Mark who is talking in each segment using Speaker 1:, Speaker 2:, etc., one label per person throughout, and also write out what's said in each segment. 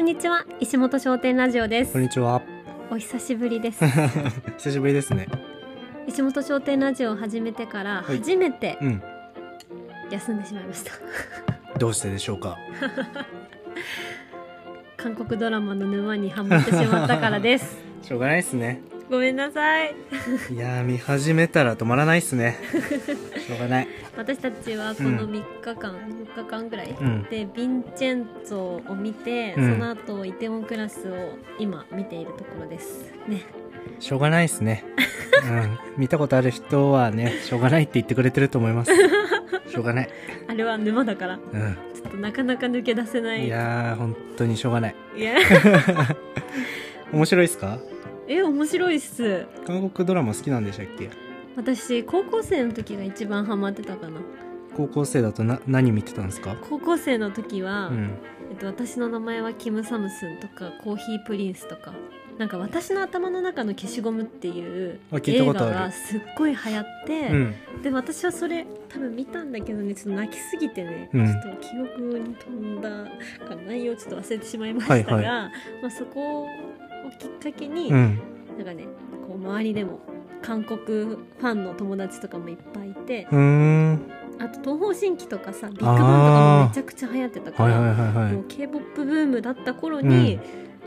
Speaker 1: んにちは石本商店ラジオです
Speaker 2: こんにちは。
Speaker 1: お久しぶりです
Speaker 2: 久しぶりですね。
Speaker 1: 石本商店ラジオを始めてから
Speaker 2: はい
Speaker 1: 初めて
Speaker 2: うん。
Speaker 1: 休んでしまいました
Speaker 2: どうしてでしょうか。
Speaker 1: 韓国ドラマの沼にハマってしまったからです
Speaker 2: しょうがないですね。
Speaker 1: ごめんなさい
Speaker 2: いやー、見始めたら止まらないです ね。しょうがない。
Speaker 1: 私たちはこの
Speaker 2: う
Speaker 1: 3日間、4日間ぐらい、
Speaker 2: ん
Speaker 1: でヴィンチェンツォを見て、
Speaker 2: うん
Speaker 1: その後イテウォンクラスを今見ているところですね
Speaker 2: しょうがないですね。うん。見たことある人はね、しょうがないって言ってくれてると思います。しょうがない。
Speaker 1: あれは沼だから
Speaker 2: うん。
Speaker 1: ちょっとなかなか抜け出せない
Speaker 2: いやー、本当にしょうがない。
Speaker 1: いや
Speaker 2: 面白いですか
Speaker 1: え面白いっす
Speaker 2: 韓国ドラマ好きなんでしたっけ
Speaker 1: 私高校生の時が一番ハマってたかな
Speaker 2: 高校生だとな、何見てたんですか
Speaker 1: 高校生の時は、
Speaker 2: うん。
Speaker 1: えっと、私の名前はキム・サムスンとかコーヒープリンスとかなんか私の頭の中の消しゴムっていう
Speaker 2: あ聞いた
Speaker 1: 映
Speaker 2: こ
Speaker 1: 画
Speaker 2: とある
Speaker 1: がすっごい流行って、
Speaker 2: うん。
Speaker 1: で私はそれ多分見たんだけどねちょっと泣きすぎてね、
Speaker 2: うん
Speaker 1: ちょっと記憶に飛んだか内容をちょっと忘れてしまいましたが、
Speaker 2: はい
Speaker 1: まあ、そこをきっかけに、
Speaker 2: うん。
Speaker 1: なんかねこう周りでも韓国ファンの友達とかもいっぱいいて
Speaker 2: うーん。
Speaker 1: あと東方神起とかさビッグバンとかもめちゃくちゃ流行ってたか
Speaker 2: はいはい
Speaker 1: ら、
Speaker 2: はい
Speaker 1: も
Speaker 2: は
Speaker 1: う k p o p ブームだった頃に、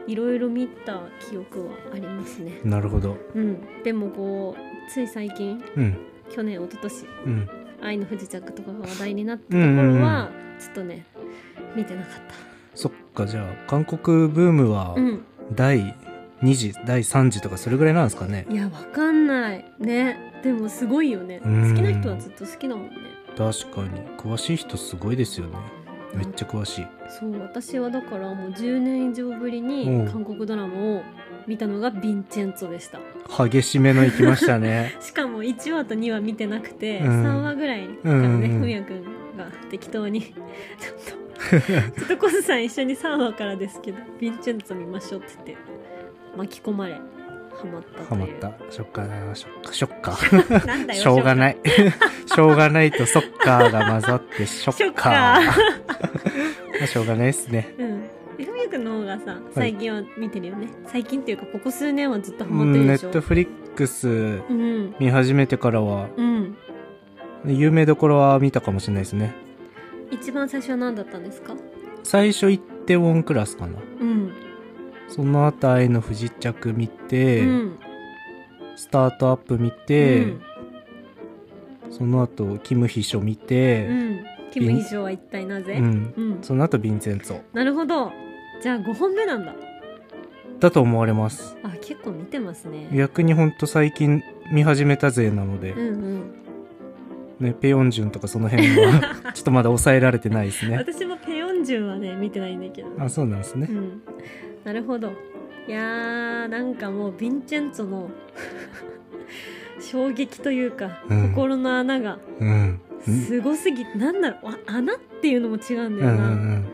Speaker 1: いろいろ見た記憶はありますね、
Speaker 2: い。なるほど。
Speaker 1: うん、でもこうつい最近
Speaker 2: うん。
Speaker 1: 去年一昨年
Speaker 2: うん。
Speaker 1: 愛の不時着とかが話題になったとこ
Speaker 2: うんうんうん
Speaker 1: ろは、ちょっとね見てなかった
Speaker 2: そっか、じゃあ、韓国ブームは
Speaker 1: う、ん
Speaker 2: 第2次、第3次とかそれぐらいなんですかね。
Speaker 1: いやわかんないねでもすごいよね好
Speaker 2: うん
Speaker 1: きな人はずっと好きだもんね
Speaker 2: 確かに。詳しい人すごいですよね。めっちゃ詳しい。
Speaker 1: そう私はだからもう10年以上ぶりに
Speaker 2: うん
Speaker 1: 韓国ドラマを見たのがヴィンチェンツォでした
Speaker 2: 激しめの行きまし
Speaker 1: 。
Speaker 2: たね
Speaker 1: しかも1話と2話見てなくて、
Speaker 2: うん
Speaker 1: 3話ぐらいからね
Speaker 2: うんうんうん
Speaker 1: ふみやくんが適当に ちょっと ちょっとコスさん一緒に3話からですけど「ヴィンチェンツォ見ましょう」って言って巻き込まれハマった
Speaker 2: ハ
Speaker 1: と
Speaker 2: マっ
Speaker 1: いう
Speaker 2: た。しょっかな、しょっか、しょっか。
Speaker 1: なんだよ
Speaker 2: しょうが
Speaker 1: い
Speaker 2: ない。しょうがないとそっかが混ざって、しょ
Speaker 1: ショッ
Speaker 2: っ
Speaker 1: カ
Speaker 2: か
Speaker 1: ー。
Speaker 2: まあしょうがないですね。
Speaker 1: うんでふみやくんの方がさ最近は見てるよね、最近っていうかここ数年はずっとハマってる
Speaker 2: ネ
Speaker 1: でし
Speaker 2: ッ
Speaker 1: ょ
Speaker 2: トフリックス
Speaker 1: うん
Speaker 2: 見始めてからは、
Speaker 1: うん
Speaker 2: 有名どころは見たかもしれないですね。
Speaker 1: 一番最初は何だったんですか
Speaker 2: 最初行ってウォンクラスかな。
Speaker 1: うん、
Speaker 2: その後愛の不時着見て、
Speaker 1: うん
Speaker 2: スタートアップ見て、
Speaker 1: うん
Speaker 2: その後キム秘書見
Speaker 1: う
Speaker 2: て、
Speaker 1: ん、キム秘書は一体なぜ、
Speaker 2: うん
Speaker 1: うん
Speaker 2: その後ヴィンセンツォ
Speaker 1: なるほどじゃあ5本目なんだ
Speaker 2: だと思われます
Speaker 1: あ結構見てますね
Speaker 2: 逆にほんと最近見始めた勢なので、
Speaker 1: うんうん
Speaker 2: ね、ペヨンジュンとかその辺 はちょっとまだ抑えられてないですね
Speaker 1: 私もペヨンジュンはね見てないんだけど
Speaker 2: あそうなんです
Speaker 1: う
Speaker 2: ね、
Speaker 1: んなるほどいやーなんかもうヴィンチェンツォの 衝撃というか、
Speaker 2: うん
Speaker 1: 心の穴が
Speaker 2: うんうん
Speaker 1: すごすぎて、なんだろうわ穴っていうのも違うん
Speaker 2: う
Speaker 1: だよ
Speaker 2: んうんう
Speaker 1: な、
Speaker 2: ん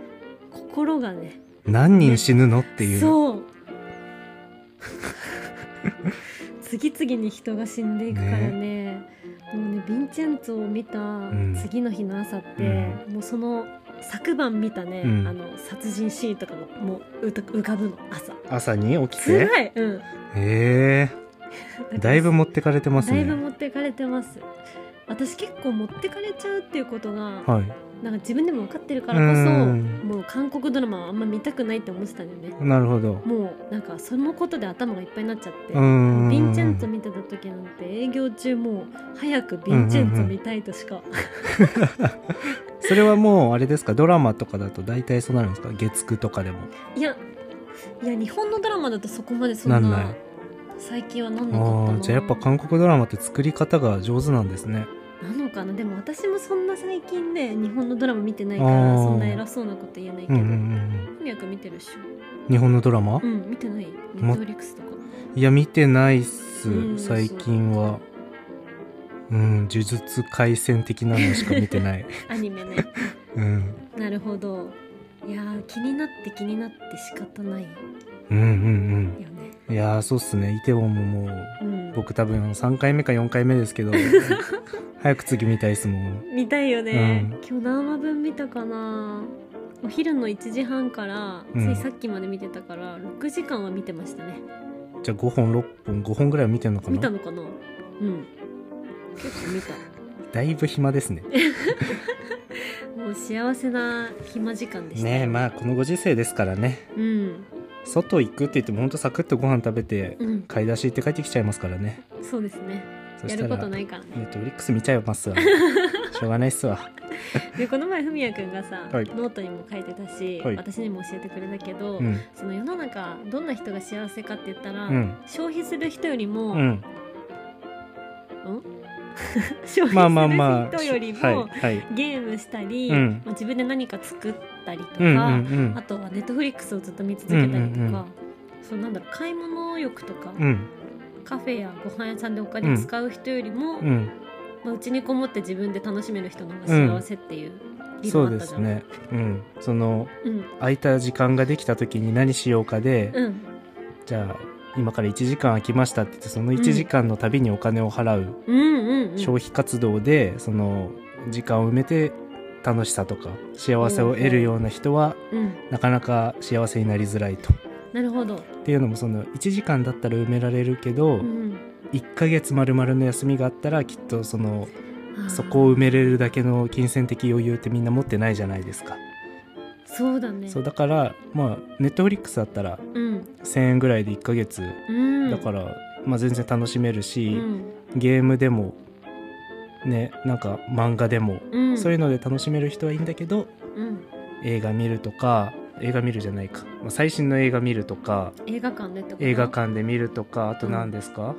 Speaker 1: 心がね
Speaker 2: 何人死ぬのっていう
Speaker 1: そう 次々に人が死んでいくからねもうねヴィンチェンツォを見た
Speaker 2: ん
Speaker 1: 次の日の朝って、もうその昨晩見たね、
Speaker 2: うん
Speaker 1: あの殺人シーンとかももううた浮かぶの朝
Speaker 2: 朝に起き
Speaker 1: つ
Speaker 2: て
Speaker 1: らい、うん、
Speaker 2: ええだいぶ持ってかれてます
Speaker 1: だいぶ
Speaker 2: ね
Speaker 1: 持ってかれてます私結構持ってかれちゃうっていうことが、
Speaker 2: はい
Speaker 1: なんか自分でも分かってるからこそ
Speaker 2: うん
Speaker 1: もう韓国ドラマはあんま見たくないって思ってたんだよね
Speaker 2: なるほど
Speaker 1: もうなんかそのことで頭がいっぱいになっちゃって、
Speaker 2: うん
Speaker 1: ヴィンチェンツォ見てた時なんて営業中もう早くヴィンチェンツォ見たいとしか、
Speaker 2: それはもうあれですかドラマとかだと大体そうなるんですか月9とかでも
Speaker 1: いやいや日本のドラマだとそこまでそんな
Speaker 2: なんない
Speaker 1: 最近はなんなかった
Speaker 2: ああ
Speaker 1: な
Speaker 2: ーじゃあやっぱ韓国ドラマって作り方が上手なんですね
Speaker 1: なのかなでも私もそんな最近ね日本のドラマ見てないか
Speaker 2: あ
Speaker 1: ら
Speaker 2: ー
Speaker 1: そんな偉そうなこと言えないけ
Speaker 2: うん
Speaker 1: ど、
Speaker 2: うんう
Speaker 1: 文
Speaker 2: ん
Speaker 1: 脈見てるっしょ
Speaker 2: うん日本のドラマ、
Speaker 1: うん見てないネットフリックスとか
Speaker 2: いや見てないっす、
Speaker 1: うん
Speaker 2: 最近はうん呪術廻戦的なのしか見 てない
Speaker 1: アニメね
Speaker 2: うん
Speaker 1: なるほどいやー気になって気になって仕方ないよ
Speaker 2: うんうん
Speaker 1: ね
Speaker 2: うんいやーそうっすねイテウォンももう
Speaker 1: うん
Speaker 2: 僕多分3回目か4回目ですけ ど早く次見たいっすもん
Speaker 1: 見たいよね、
Speaker 2: うん
Speaker 1: 今日何話分見たかなお昼の1時半から
Speaker 2: う
Speaker 1: つ
Speaker 2: ん
Speaker 1: いさっきまで見てたから、6時間は見てましたね
Speaker 2: じゃあ5本6本5本ぐらいは見てるのか
Speaker 1: 見た
Speaker 2: な
Speaker 1: のかなうん結構見た
Speaker 2: だいぶ暇ですね
Speaker 1: もう幸せな暇時間でした
Speaker 2: ねえまあこのご時世ですからね
Speaker 1: うん
Speaker 2: 外行くって言ってもほんとサクッとご飯食べて
Speaker 1: うん
Speaker 2: 買い出し行って帰ってきちゃいますからね
Speaker 1: そうですね
Speaker 2: そ
Speaker 1: や
Speaker 2: した
Speaker 1: るこ
Speaker 2: ら
Speaker 1: とないからね
Speaker 2: ネットフリックス見ちゃいま すわしょうがないっすわ
Speaker 1: でこの前ふみやくんがさ、
Speaker 2: はい
Speaker 1: ノートにも書いてたし、
Speaker 2: はい
Speaker 1: 私にも教えてくれたけど、
Speaker 2: うん
Speaker 1: その世の中どんな人が幸せかって言ったら、
Speaker 2: うん
Speaker 1: 消費する人よりも、
Speaker 2: うん
Speaker 1: 消
Speaker 2: まあまあま
Speaker 1: 費 す
Speaker 2: あ
Speaker 1: る人よりも、
Speaker 2: はいはい
Speaker 1: ゲームしたり、
Speaker 2: うん
Speaker 1: まあ、自分で何か作ったりとか、
Speaker 2: うんうん
Speaker 1: あとはネットフリックスをずっと見続けたりとか、
Speaker 2: うんうんうん
Speaker 1: そうなんだろう買い物欲とか、
Speaker 2: うんうん
Speaker 1: カフェやご飯屋さんでお金使う人よりも、
Speaker 2: う
Speaker 1: ま
Speaker 2: ん
Speaker 1: あ、うちにこもって自分で楽しめる人の方が幸せっていう理論
Speaker 2: そ
Speaker 1: あ
Speaker 2: う
Speaker 1: っ
Speaker 2: で
Speaker 1: たじ
Speaker 2: す
Speaker 1: ゃん。
Speaker 2: ねうんその
Speaker 1: うん
Speaker 2: 空いた時間ができた時に何しようかで、
Speaker 1: うん
Speaker 2: じゃあ今から1時間空きましたって言ってその1時間のたびにお金を払う
Speaker 1: うんうんうん、
Speaker 2: 消費活動で、その時間を埋めて楽しさとか幸せを得るような人は
Speaker 1: うん、
Speaker 2: なかなか幸せになりづらいと。
Speaker 1: なるほど、
Speaker 2: っていうのもその1時間だったら埋められるけど、
Speaker 1: うん、
Speaker 2: 1ヶ月丸々の休みがあったらきっとその
Speaker 1: あー
Speaker 2: そこを埋めれるだけの金銭的余裕ってみんな持ってないじゃないですか。
Speaker 1: そうだね
Speaker 2: そうだからまあネットフリックスだったら
Speaker 1: うん
Speaker 2: 1,000円ぐらいで1ヶ月
Speaker 1: うん、
Speaker 2: だから、まあ、全然楽しめる
Speaker 1: う
Speaker 2: し、
Speaker 1: ん
Speaker 2: ゲームでもねなんか漫画でも、
Speaker 1: うん、
Speaker 2: そういうので楽しめる人はいいんだけど
Speaker 1: うん、
Speaker 2: 映画見るとか映画見るじゃないか、まあ、最新の映画見るとか
Speaker 1: 映画館でってこと
Speaker 2: 映画館で見るとかあと何ですか、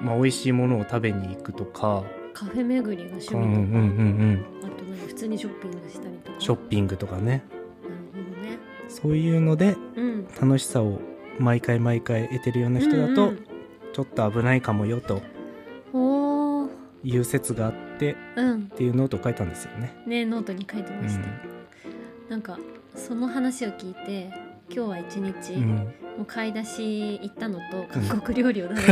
Speaker 2: まあ、美味しいものを食べに行くとか
Speaker 1: カフェ巡りが趣味と
Speaker 2: う
Speaker 1: か、
Speaker 2: んうんうんうん
Speaker 1: あと何普通にショッピングしたりとか
Speaker 2: ショッピングとかね
Speaker 1: なるほどね
Speaker 2: そういうので
Speaker 1: うん
Speaker 2: 楽しさを毎回毎回得てるような人だとちょっと危ないかもよと
Speaker 1: うんうん、おー
Speaker 2: いう説があって
Speaker 1: うん
Speaker 2: っていうノートを書いたんですよね。
Speaker 1: ねノートに書いてました、
Speaker 2: う
Speaker 1: なんかその話を聞いて今日は一日、
Speaker 2: うん
Speaker 1: もう買い出し行ったのと韓国料理を食 べ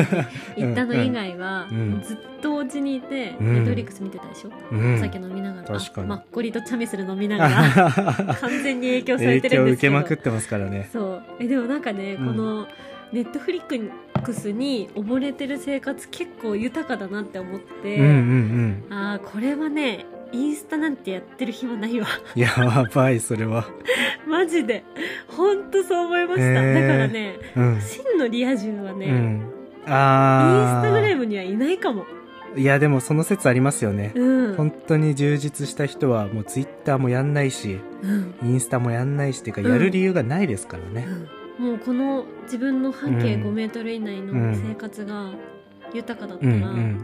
Speaker 1: に行ったの以外は、
Speaker 2: うんうん
Speaker 1: ずっとお家にいて、
Speaker 2: うん
Speaker 1: ネットフリックス見てたでしょ、
Speaker 2: うん
Speaker 1: お酒飲みながら
Speaker 2: 確かに
Speaker 1: あマッコリとチャミスル飲みなが ら完全に影響され
Speaker 2: 影
Speaker 1: てる
Speaker 2: 響
Speaker 1: ん
Speaker 2: を
Speaker 1: で
Speaker 2: 受
Speaker 1: すけ
Speaker 2: け
Speaker 1: ど
Speaker 2: まくってますからね。
Speaker 1: そうえでもなんかね、
Speaker 2: うん
Speaker 1: このネットフリックスに溺れてる生活結構豊かだなって思っ
Speaker 2: う
Speaker 1: て、
Speaker 2: んうんうん。
Speaker 1: ああこれはねインスタなんてやってる暇ないわ
Speaker 2: やばいそれは。
Speaker 1: マジでほんとそう思いました、
Speaker 2: へー
Speaker 1: だからね
Speaker 2: うん。
Speaker 1: 真のリア充はね、
Speaker 2: う
Speaker 1: イン
Speaker 2: ん。
Speaker 1: ス
Speaker 2: ああ。
Speaker 1: タグラムにはいないかも
Speaker 2: いやでもその説ありますよね。
Speaker 1: うん、
Speaker 2: 本当に充実した人はもうツイッターもやんないし、
Speaker 1: うん
Speaker 2: インスタもやんないしっていうか
Speaker 1: うん
Speaker 2: やる理由がないですから
Speaker 1: う
Speaker 2: ね。
Speaker 1: んもうこの自分の半径
Speaker 2: うん
Speaker 1: 5メートル以内の
Speaker 2: うん
Speaker 1: 生活が豊かだった
Speaker 2: う
Speaker 1: ら、
Speaker 2: んうん
Speaker 1: ね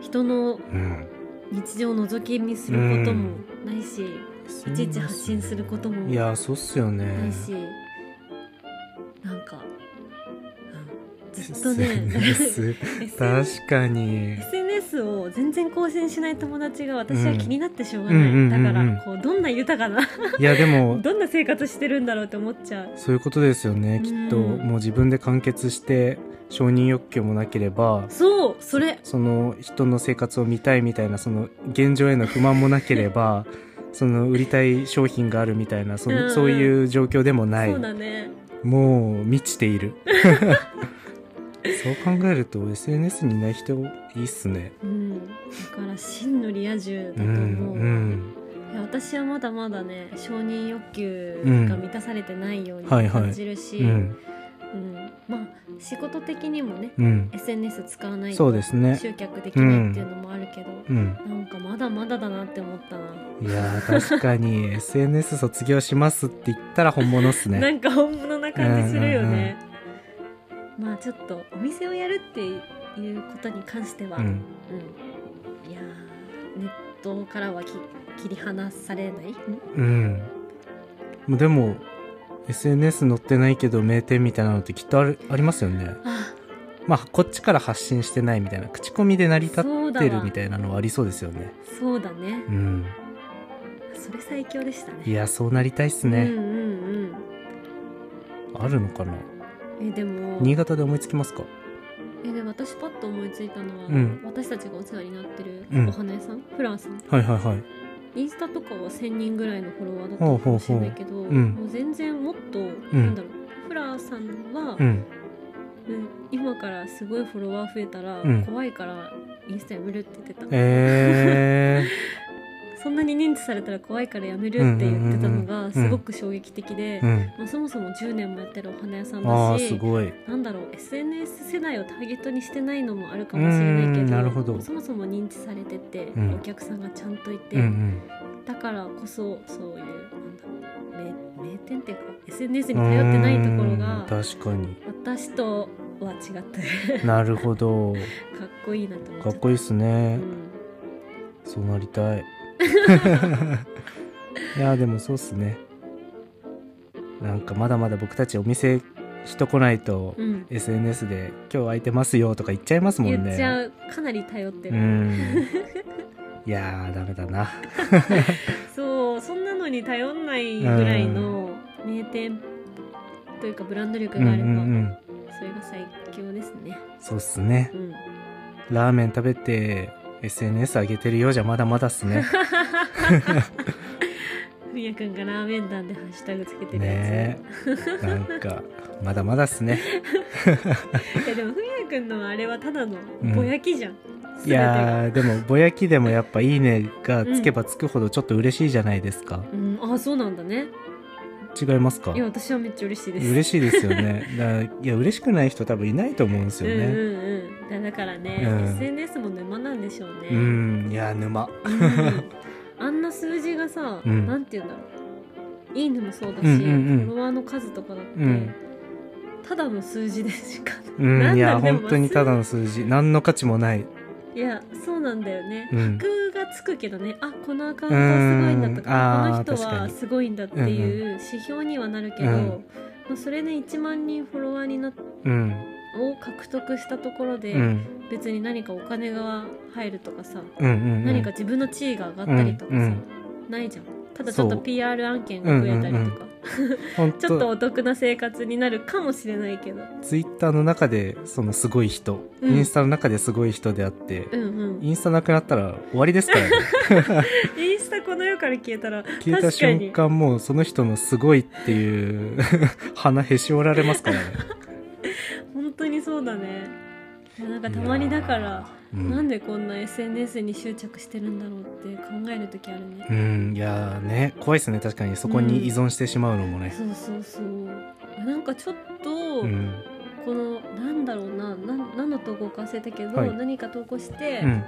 Speaker 1: 人の
Speaker 2: うん。
Speaker 1: 日常を覗き見することもないし、いちいち発信することも
Speaker 2: いやそうっすよね。
Speaker 1: ないし、なんか、うん、ずっとね
Speaker 2: SNS
Speaker 1: SN
Speaker 2: 確かに。
Speaker 1: SNS を全然更新しない友達が私は気になってしょうが
Speaker 2: うん
Speaker 1: ない、だか
Speaker 2: うんうんうん
Speaker 1: らこうどんな豊かな
Speaker 2: いやでも
Speaker 1: どんな生活してるんだろうって思っちゃう
Speaker 2: そういうことですよねきっと、
Speaker 1: うん
Speaker 2: もう自分で完結して承認欲求もなければ
Speaker 1: そうそれ
Speaker 2: その人の生活を見たいみたいなその現状への不満もなけ ればその売りたい商品があるみたいなその、
Speaker 1: うんうん
Speaker 2: そういう状況でもない
Speaker 1: そうだね
Speaker 2: もう満ちている そう考えると SNS にいない人いいっすね
Speaker 1: うんだから真のリア充だ
Speaker 2: う
Speaker 1: と
Speaker 2: ん
Speaker 1: 思う、
Speaker 2: うん
Speaker 1: いや私はまだまだね承認欲求が満たされてないように
Speaker 2: はいはい
Speaker 1: 感じるし、
Speaker 2: うん
Speaker 1: うんまあ仕事的にもね
Speaker 2: うん
Speaker 1: SNS 使わない
Speaker 2: そ
Speaker 1: と
Speaker 2: うですね
Speaker 1: 集客できないっていうのもあるけど、
Speaker 2: うん
Speaker 1: なんかまだまだだなって思ったな、
Speaker 2: いやー確かに SNS 卒業しますって言ったら本物っすね
Speaker 1: なんか本物な感じするよね、まあちょっとお店をやるっていうことに関しては、
Speaker 2: う
Speaker 1: うん
Speaker 2: ん
Speaker 1: いやーネットからはき切り離されないん
Speaker 2: うん。でも、SNS 載ってないけど名店みたいなのってきっとあるありますよね。
Speaker 1: あ
Speaker 2: まあ、こっちから発信してないみたいな、口コミで成り立っ
Speaker 1: そうだ
Speaker 2: てる
Speaker 1: わ
Speaker 2: みたいなのはありそうですよね。
Speaker 1: そうだね
Speaker 2: うん。
Speaker 1: それ最強でしたね
Speaker 2: いや、そうなりたいっす
Speaker 1: うん
Speaker 2: ね。
Speaker 1: うん
Speaker 2: あるのかな
Speaker 1: うんえでも
Speaker 2: 新潟で思いつきますか
Speaker 1: えで私パッと思いついたのは、
Speaker 2: うん
Speaker 1: 私たちがお世話になってる
Speaker 2: うん
Speaker 1: お花屋さん、フランさん
Speaker 2: はいはいはい。
Speaker 1: インスタとかは1000人ぐらいのフォロワーだったのかもしれないけど
Speaker 2: うん
Speaker 1: もう全然もっと、
Speaker 2: ん
Speaker 1: なんだろうフラーさんは、
Speaker 2: うん
Speaker 1: うん今からすごいフォロワー増えたら、
Speaker 2: うん
Speaker 1: 怖いからインスタやめるって言ってた、
Speaker 2: え
Speaker 1: そんなに認知されたら怖いからやめるって言ってたの
Speaker 2: うんうんうんうん
Speaker 1: がすごく衝撃的で、
Speaker 2: ー、うん
Speaker 1: まあ、そもそも10年もやってるお花屋さん
Speaker 2: あ
Speaker 1: だ
Speaker 2: あす
Speaker 1: し
Speaker 2: ごい
Speaker 1: なんだろう SNS 世代をターゲットにしてないのもあるかもしれないけ
Speaker 2: うん
Speaker 1: ど
Speaker 2: なるほど
Speaker 1: そもそも認知されてて、
Speaker 2: うん
Speaker 1: お客さんがちゃんといて、
Speaker 2: うんうん
Speaker 1: だからこそそういうなんだろう名名店っていうか SNS に頼ってないところ
Speaker 2: う
Speaker 1: が
Speaker 2: ん確かに
Speaker 1: 私とは違って
Speaker 2: なるほど
Speaker 1: かっこいいなと思っちゃ
Speaker 2: か
Speaker 1: っ
Speaker 2: ったこいいっすね
Speaker 1: うん
Speaker 2: そうなり たいいやでもそうっすねなんかまだまだ僕たちお店人来ないと、
Speaker 1: うん
Speaker 2: SNS で「今日空いてますよ」とか言っちゃいますもんね
Speaker 1: 言っちゃうかなり頼って
Speaker 2: う
Speaker 1: る、
Speaker 2: んいやーダメだな
Speaker 1: そうそんなのに頼んないぐらいの名店というかブランド力
Speaker 2: うんう
Speaker 1: があ
Speaker 2: ん
Speaker 1: れば、
Speaker 2: うん
Speaker 1: それが最強ですね
Speaker 2: そうっすね
Speaker 1: うん
Speaker 2: ラーメン食べて SNS 上げてるようじゃまだまだっす ね
Speaker 1: ふみやくんがラーメン団でハッシュタグつけてるやつ、
Speaker 2: ねえなんかまだまだっすね
Speaker 1: いやでもふみやくんのあれはただの
Speaker 2: うん
Speaker 1: ぼやきじゃん、全
Speaker 2: い
Speaker 1: てが
Speaker 2: やーでもぼやきでもやっぱ「いいね」がつけばつくほどちょっと嬉しいじゃないですか、
Speaker 1: うん、あそうなんだね
Speaker 2: 違いますか
Speaker 1: いや私はめっちゃ嬉しいです
Speaker 2: 嬉しいですよ ねだからいや嬉しくない人多分いないと思うんですよ
Speaker 1: うん
Speaker 2: ね
Speaker 1: うんうんだだからね、
Speaker 2: うん
Speaker 1: SNS も沼なんでしょうね、
Speaker 2: うん、いやー沼
Speaker 1: うんあんな数字がさ、
Speaker 2: うん
Speaker 1: なんて言うんだろういいねもそうだし、
Speaker 2: うんうんうん
Speaker 1: フォロワーの数とかだって、
Speaker 2: うん
Speaker 1: ただの数字でしか
Speaker 2: う
Speaker 1: なん
Speaker 2: ん
Speaker 1: だ
Speaker 2: いや
Speaker 1: でも
Speaker 2: 本当にただの数字何の価値もない
Speaker 1: いやそうなんだよね
Speaker 2: うん
Speaker 1: 箔がつくけどねあこのアカウントはすごいんだと
Speaker 2: う
Speaker 1: か
Speaker 2: んあー
Speaker 1: この人
Speaker 2: 確か
Speaker 1: は
Speaker 2: に
Speaker 1: すごいんだっていう指標にはなるけど、
Speaker 2: うん
Speaker 1: まあそれで1万人フォロワーになっ
Speaker 2: うん
Speaker 1: を獲得したところで、
Speaker 2: うん
Speaker 1: 別に何かお金が入るとかさ、
Speaker 2: うんうん
Speaker 1: 何か自分の地位が上がったりとかさ、
Speaker 2: うんう
Speaker 1: ないじゃんただちょっ
Speaker 2: そ
Speaker 1: と
Speaker 2: う
Speaker 1: PR 案件が増えたりとか、
Speaker 2: うんうん本
Speaker 1: ちょっと
Speaker 2: 当
Speaker 1: お得な生活になるかもしれないけど
Speaker 2: ツイッターの中でそのすごい人、
Speaker 1: うん
Speaker 2: インスタの中ですごい人であって、
Speaker 1: うんうん
Speaker 2: インスタなくなったら終わりで すからね
Speaker 1: インスタこの世から消えたら
Speaker 2: 消えた
Speaker 1: 確かに
Speaker 2: 瞬間もうその人のすごいっていう鼻へし折られますからね
Speaker 1: 本当にそうだねいやなんかたまにだから、
Speaker 2: いやーうん、
Speaker 1: なんでこんな SNS に執着してるんだろうって考える時あるね、
Speaker 2: うんいやーね怖いですね確かにそこに依存してしまうのもね、
Speaker 1: そうそうそうなんかちょっと、
Speaker 2: うん
Speaker 1: このなんだろうななん何の投稿か忘れたけど、
Speaker 2: はい
Speaker 1: 何か投稿して、
Speaker 2: うん、
Speaker 1: 減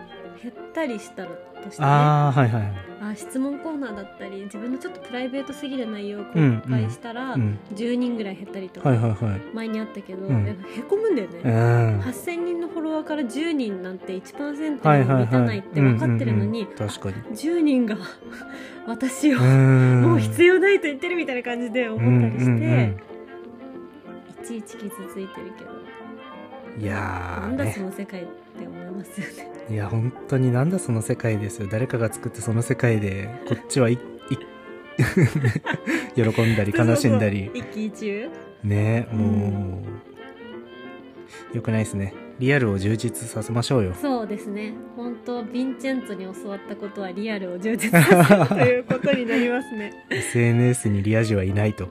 Speaker 1: ったりしたらとしてねあ
Speaker 2: ああはいはいはい
Speaker 1: 質問コーナーだったり自分のちょっとプライベートすぎる内容を公開したら、
Speaker 2: うん
Speaker 1: 10人ぐらい減ったりとか、
Speaker 2: はいはいはい
Speaker 1: 前にあったけど、
Speaker 2: うん
Speaker 1: やっぱへこむんだよね、
Speaker 2: うん
Speaker 1: 8000人のフォロワーから10人なんて1%にも
Speaker 2: はいはい
Speaker 1: 満た
Speaker 2: は
Speaker 1: ない
Speaker 2: い
Speaker 1: って分かってるのに、
Speaker 2: うんうんうん確かに
Speaker 1: 10人が私を
Speaker 2: ん
Speaker 1: もう必要ないと言ってるみたいな感じで思ったりして、
Speaker 2: うんうん
Speaker 1: いちいち傷ついてるけど
Speaker 2: うんいや
Speaker 1: な
Speaker 2: ー
Speaker 1: んだ
Speaker 2: ね
Speaker 1: その世界って思いますよね。
Speaker 2: いや本当になんだその世界ですよ誰かが作ってその世界でこっちはいい 喜んだり悲しんだり
Speaker 1: そうそうそう一喜一憂
Speaker 2: ねもうよくないですねリアルを充実させましょうよ
Speaker 1: そうですね本当ヴィンチェンツォに教わったことはリアルを充実させるということになりますね。
Speaker 2: SNS にリア充はいないと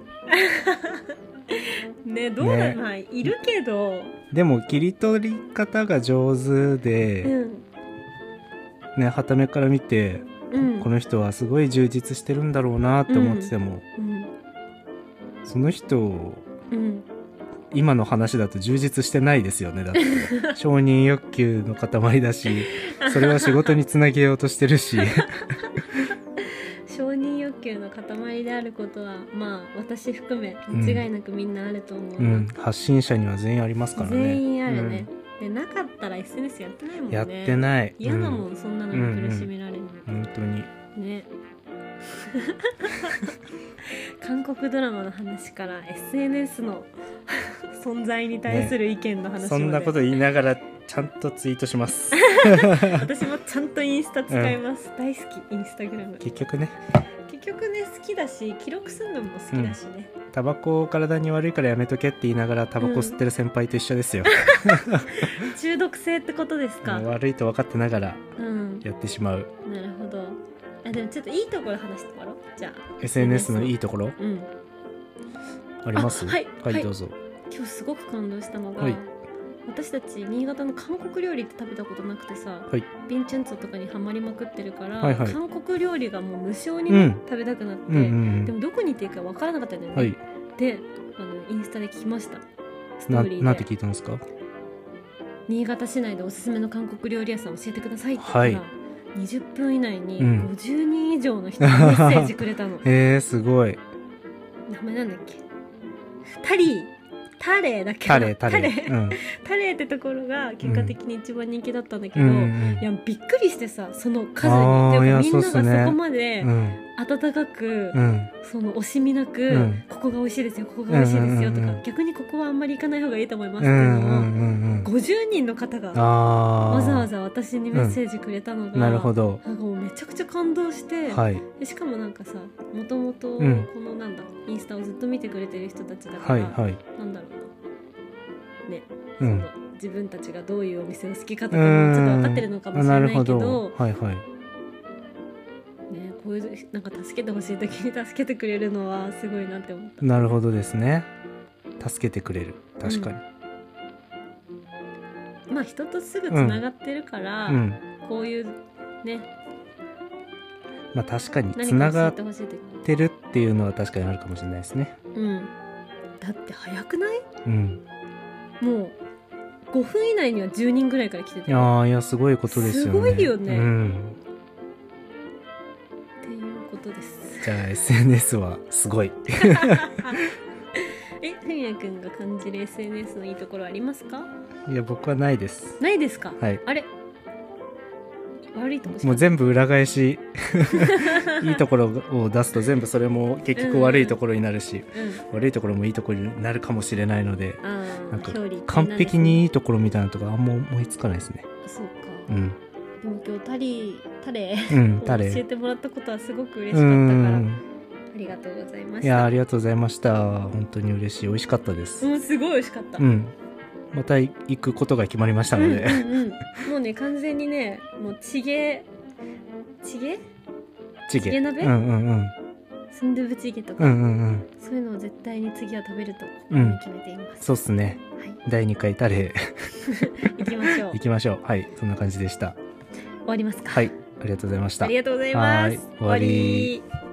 Speaker 1: ねどうだ、
Speaker 2: ね
Speaker 1: まあいるけど、
Speaker 2: でも切り取り方が上手で、
Speaker 1: うん
Speaker 2: ねはためから見て、
Speaker 1: うん
Speaker 2: この人はすごい充実してるんだろうなって思ってても、
Speaker 1: うん
Speaker 2: その人
Speaker 1: うん
Speaker 2: 今の話だと充実してないですよねだって 承認欲求の塊だしそれは仕事につなげようとして るし
Speaker 1: 承認欲求の塊であることはまあ私含め間違いなくみんなあると思う
Speaker 2: う
Speaker 1: な、
Speaker 2: ん発信者には全員ありますからね
Speaker 1: 全員あるね、、でなかったら SNS やってないも
Speaker 2: うんん
Speaker 1: ね
Speaker 2: やってない
Speaker 1: 嫌だ
Speaker 2: う
Speaker 1: も
Speaker 2: ん
Speaker 1: ん、そんなのに苦しめられるの、
Speaker 2: 本当に
Speaker 1: ね 韓国ドラマの話から SNS の 存在に対する意見の話まで、
Speaker 2: そんなこと言いながらちゃんとツイートします
Speaker 1: 私もちゃんとインスタ使います、大好きインスタグラム
Speaker 2: 結局ね
Speaker 1: 結局ね好きだし記録するのも好きだしね、
Speaker 2: タバコを体に悪いからやめとけって言いながらタバコ吸ってる先輩と一緒ですよ、
Speaker 1: 中毒性ってことですか
Speaker 2: うん悪いと分かってながら
Speaker 1: うん
Speaker 2: やってしまう
Speaker 1: なるほどあでもちょっといいところ話してもらおうじゃあ
Speaker 2: SNS のいいところ
Speaker 1: うん
Speaker 2: あります
Speaker 1: あはいはい
Speaker 2: どうぞ
Speaker 1: 今日すごく感動したのが、
Speaker 2: はい
Speaker 1: 私たち新潟の韓国料理って食べたことなくてさ、
Speaker 2: はい
Speaker 1: ビンチュンツォとかにはまりまくってるから、
Speaker 2: はいはい
Speaker 1: 韓国料理がもう無性に、ね
Speaker 2: うん
Speaker 1: 食べたくなって、
Speaker 2: うんうん
Speaker 1: で
Speaker 2: うん
Speaker 1: もどこに行っていいかわからなかったんだよね、
Speaker 2: はい
Speaker 1: であのインスタで聞きましたストー
Speaker 2: な
Speaker 1: リー
Speaker 2: なんて
Speaker 1: で
Speaker 2: 聞いたんですか
Speaker 1: 新潟市内でおすすめの韓国料理屋さん教えてくださいって言ったら、
Speaker 2: はい
Speaker 1: 20分以内に
Speaker 2: うん
Speaker 1: 50人以上の人にメッセージくれた の
Speaker 2: えー、すごい
Speaker 1: 名前なんだっけタリータレーだっけ
Speaker 2: タレタレ
Speaker 1: タレ,、
Speaker 2: うん
Speaker 1: タレーってところが結果的に一番人気だったんだけ
Speaker 2: う
Speaker 1: ど、
Speaker 2: んうん
Speaker 1: いやびっくりしてさその数に
Speaker 2: あー
Speaker 1: でも
Speaker 2: いや
Speaker 1: みんなが
Speaker 2: そうっすね
Speaker 1: そこまで
Speaker 2: うん
Speaker 1: 温かく、
Speaker 2: うん
Speaker 1: その惜しみなく、
Speaker 2: うん
Speaker 1: ここが美味しいですよここが美味しいですよとか、
Speaker 2: うんうんうんうん
Speaker 1: 逆にここはあんまり行かない方がいいと思いますっ
Speaker 2: うん
Speaker 1: ていうのを、
Speaker 2: うんうんうん
Speaker 1: 50人の方が
Speaker 2: あー
Speaker 1: わざわざ私にメッセージくれたのが、
Speaker 2: なるほど
Speaker 1: なんかもうめちゃくちゃ感動して、
Speaker 2: はい
Speaker 1: でしかもなんかさもともとこ
Speaker 2: うん
Speaker 1: のなんだ、インスタをずっと見てくれてる人たちだから、
Speaker 2: はいはい
Speaker 1: なんだろうなね、
Speaker 2: うん
Speaker 1: その自分たちがどういうお店を好きかとかもちょっと分かってるのかもしれ
Speaker 2: う
Speaker 1: なんい
Speaker 2: あ
Speaker 1: けど
Speaker 2: るほはいはい
Speaker 1: ね、こういうなんか助けてほしい時に助けてくれるのはすごいなって思った
Speaker 2: なるほどですね助けてくれる確かに
Speaker 1: まあ人とすぐつながってるから、
Speaker 2: うん、
Speaker 1: こういうね
Speaker 2: まあ確かにつ
Speaker 1: 何
Speaker 2: な
Speaker 1: か教え
Speaker 2: がって
Speaker 1: ほしい時
Speaker 2: てるっていうのは確かにあるかもしれないですね
Speaker 1: うんだって早くない
Speaker 2: うん
Speaker 1: もう5分以内には10人ぐらいから来て
Speaker 2: い
Speaker 1: て
Speaker 2: や
Speaker 1: っ
Speaker 2: ーいやすごいことですよね
Speaker 1: すごいよね
Speaker 2: うん
Speaker 1: ていうことです
Speaker 2: じゃあ SNS はすごい
Speaker 1: えふみやくんが感じる SNS のいいところありますか
Speaker 2: いや僕はないです
Speaker 1: ないですか
Speaker 2: はい
Speaker 1: あれ悪いとこしか
Speaker 2: もう全部裏 返しいいところを出すと全部それも結局悪いところになるし、
Speaker 1: うん
Speaker 2: 悪いところもいいところになるかもしれないので
Speaker 1: あー
Speaker 2: なんか
Speaker 1: 表裏一体なんですね
Speaker 2: 完璧にいいところみたいなのとかあんま思いつかないですね
Speaker 1: そうか、
Speaker 2: うん
Speaker 1: でも今日タリータレ
Speaker 2: うん
Speaker 1: を教
Speaker 2: 誰
Speaker 1: えてもらったことはすごく嬉しかった
Speaker 2: う
Speaker 1: からあ
Speaker 2: ん
Speaker 1: りがとうございまし
Speaker 2: いやあ
Speaker 1: た
Speaker 2: りがとうございました本当に嬉しい美味しかったです
Speaker 1: もうすごい美味しかった
Speaker 2: うんまた行くことが決まりましたので、
Speaker 1: うんうんうん、もうね完全にねもうチゲチゲ
Speaker 2: チゲ
Speaker 1: チゲ鍋
Speaker 2: うんうんうん
Speaker 1: スンドゥブチゲとか、
Speaker 2: うんうんうん
Speaker 1: そういうのを絶対に次は食べると
Speaker 2: うん
Speaker 1: 決めています、
Speaker 2: そうっすね
Speaker 1: はい
Speaker 2: 第2回タレ
Speaker 1: 行きましょう
Speaker 2: 行きましょうはいそんな感じでした
Speaker 1: 終わりますか
Speaker 2: はいありがとうございました
Speaker 1: ありがとうございます
Speaker 2: はい終わり
Speaker 1: 終わり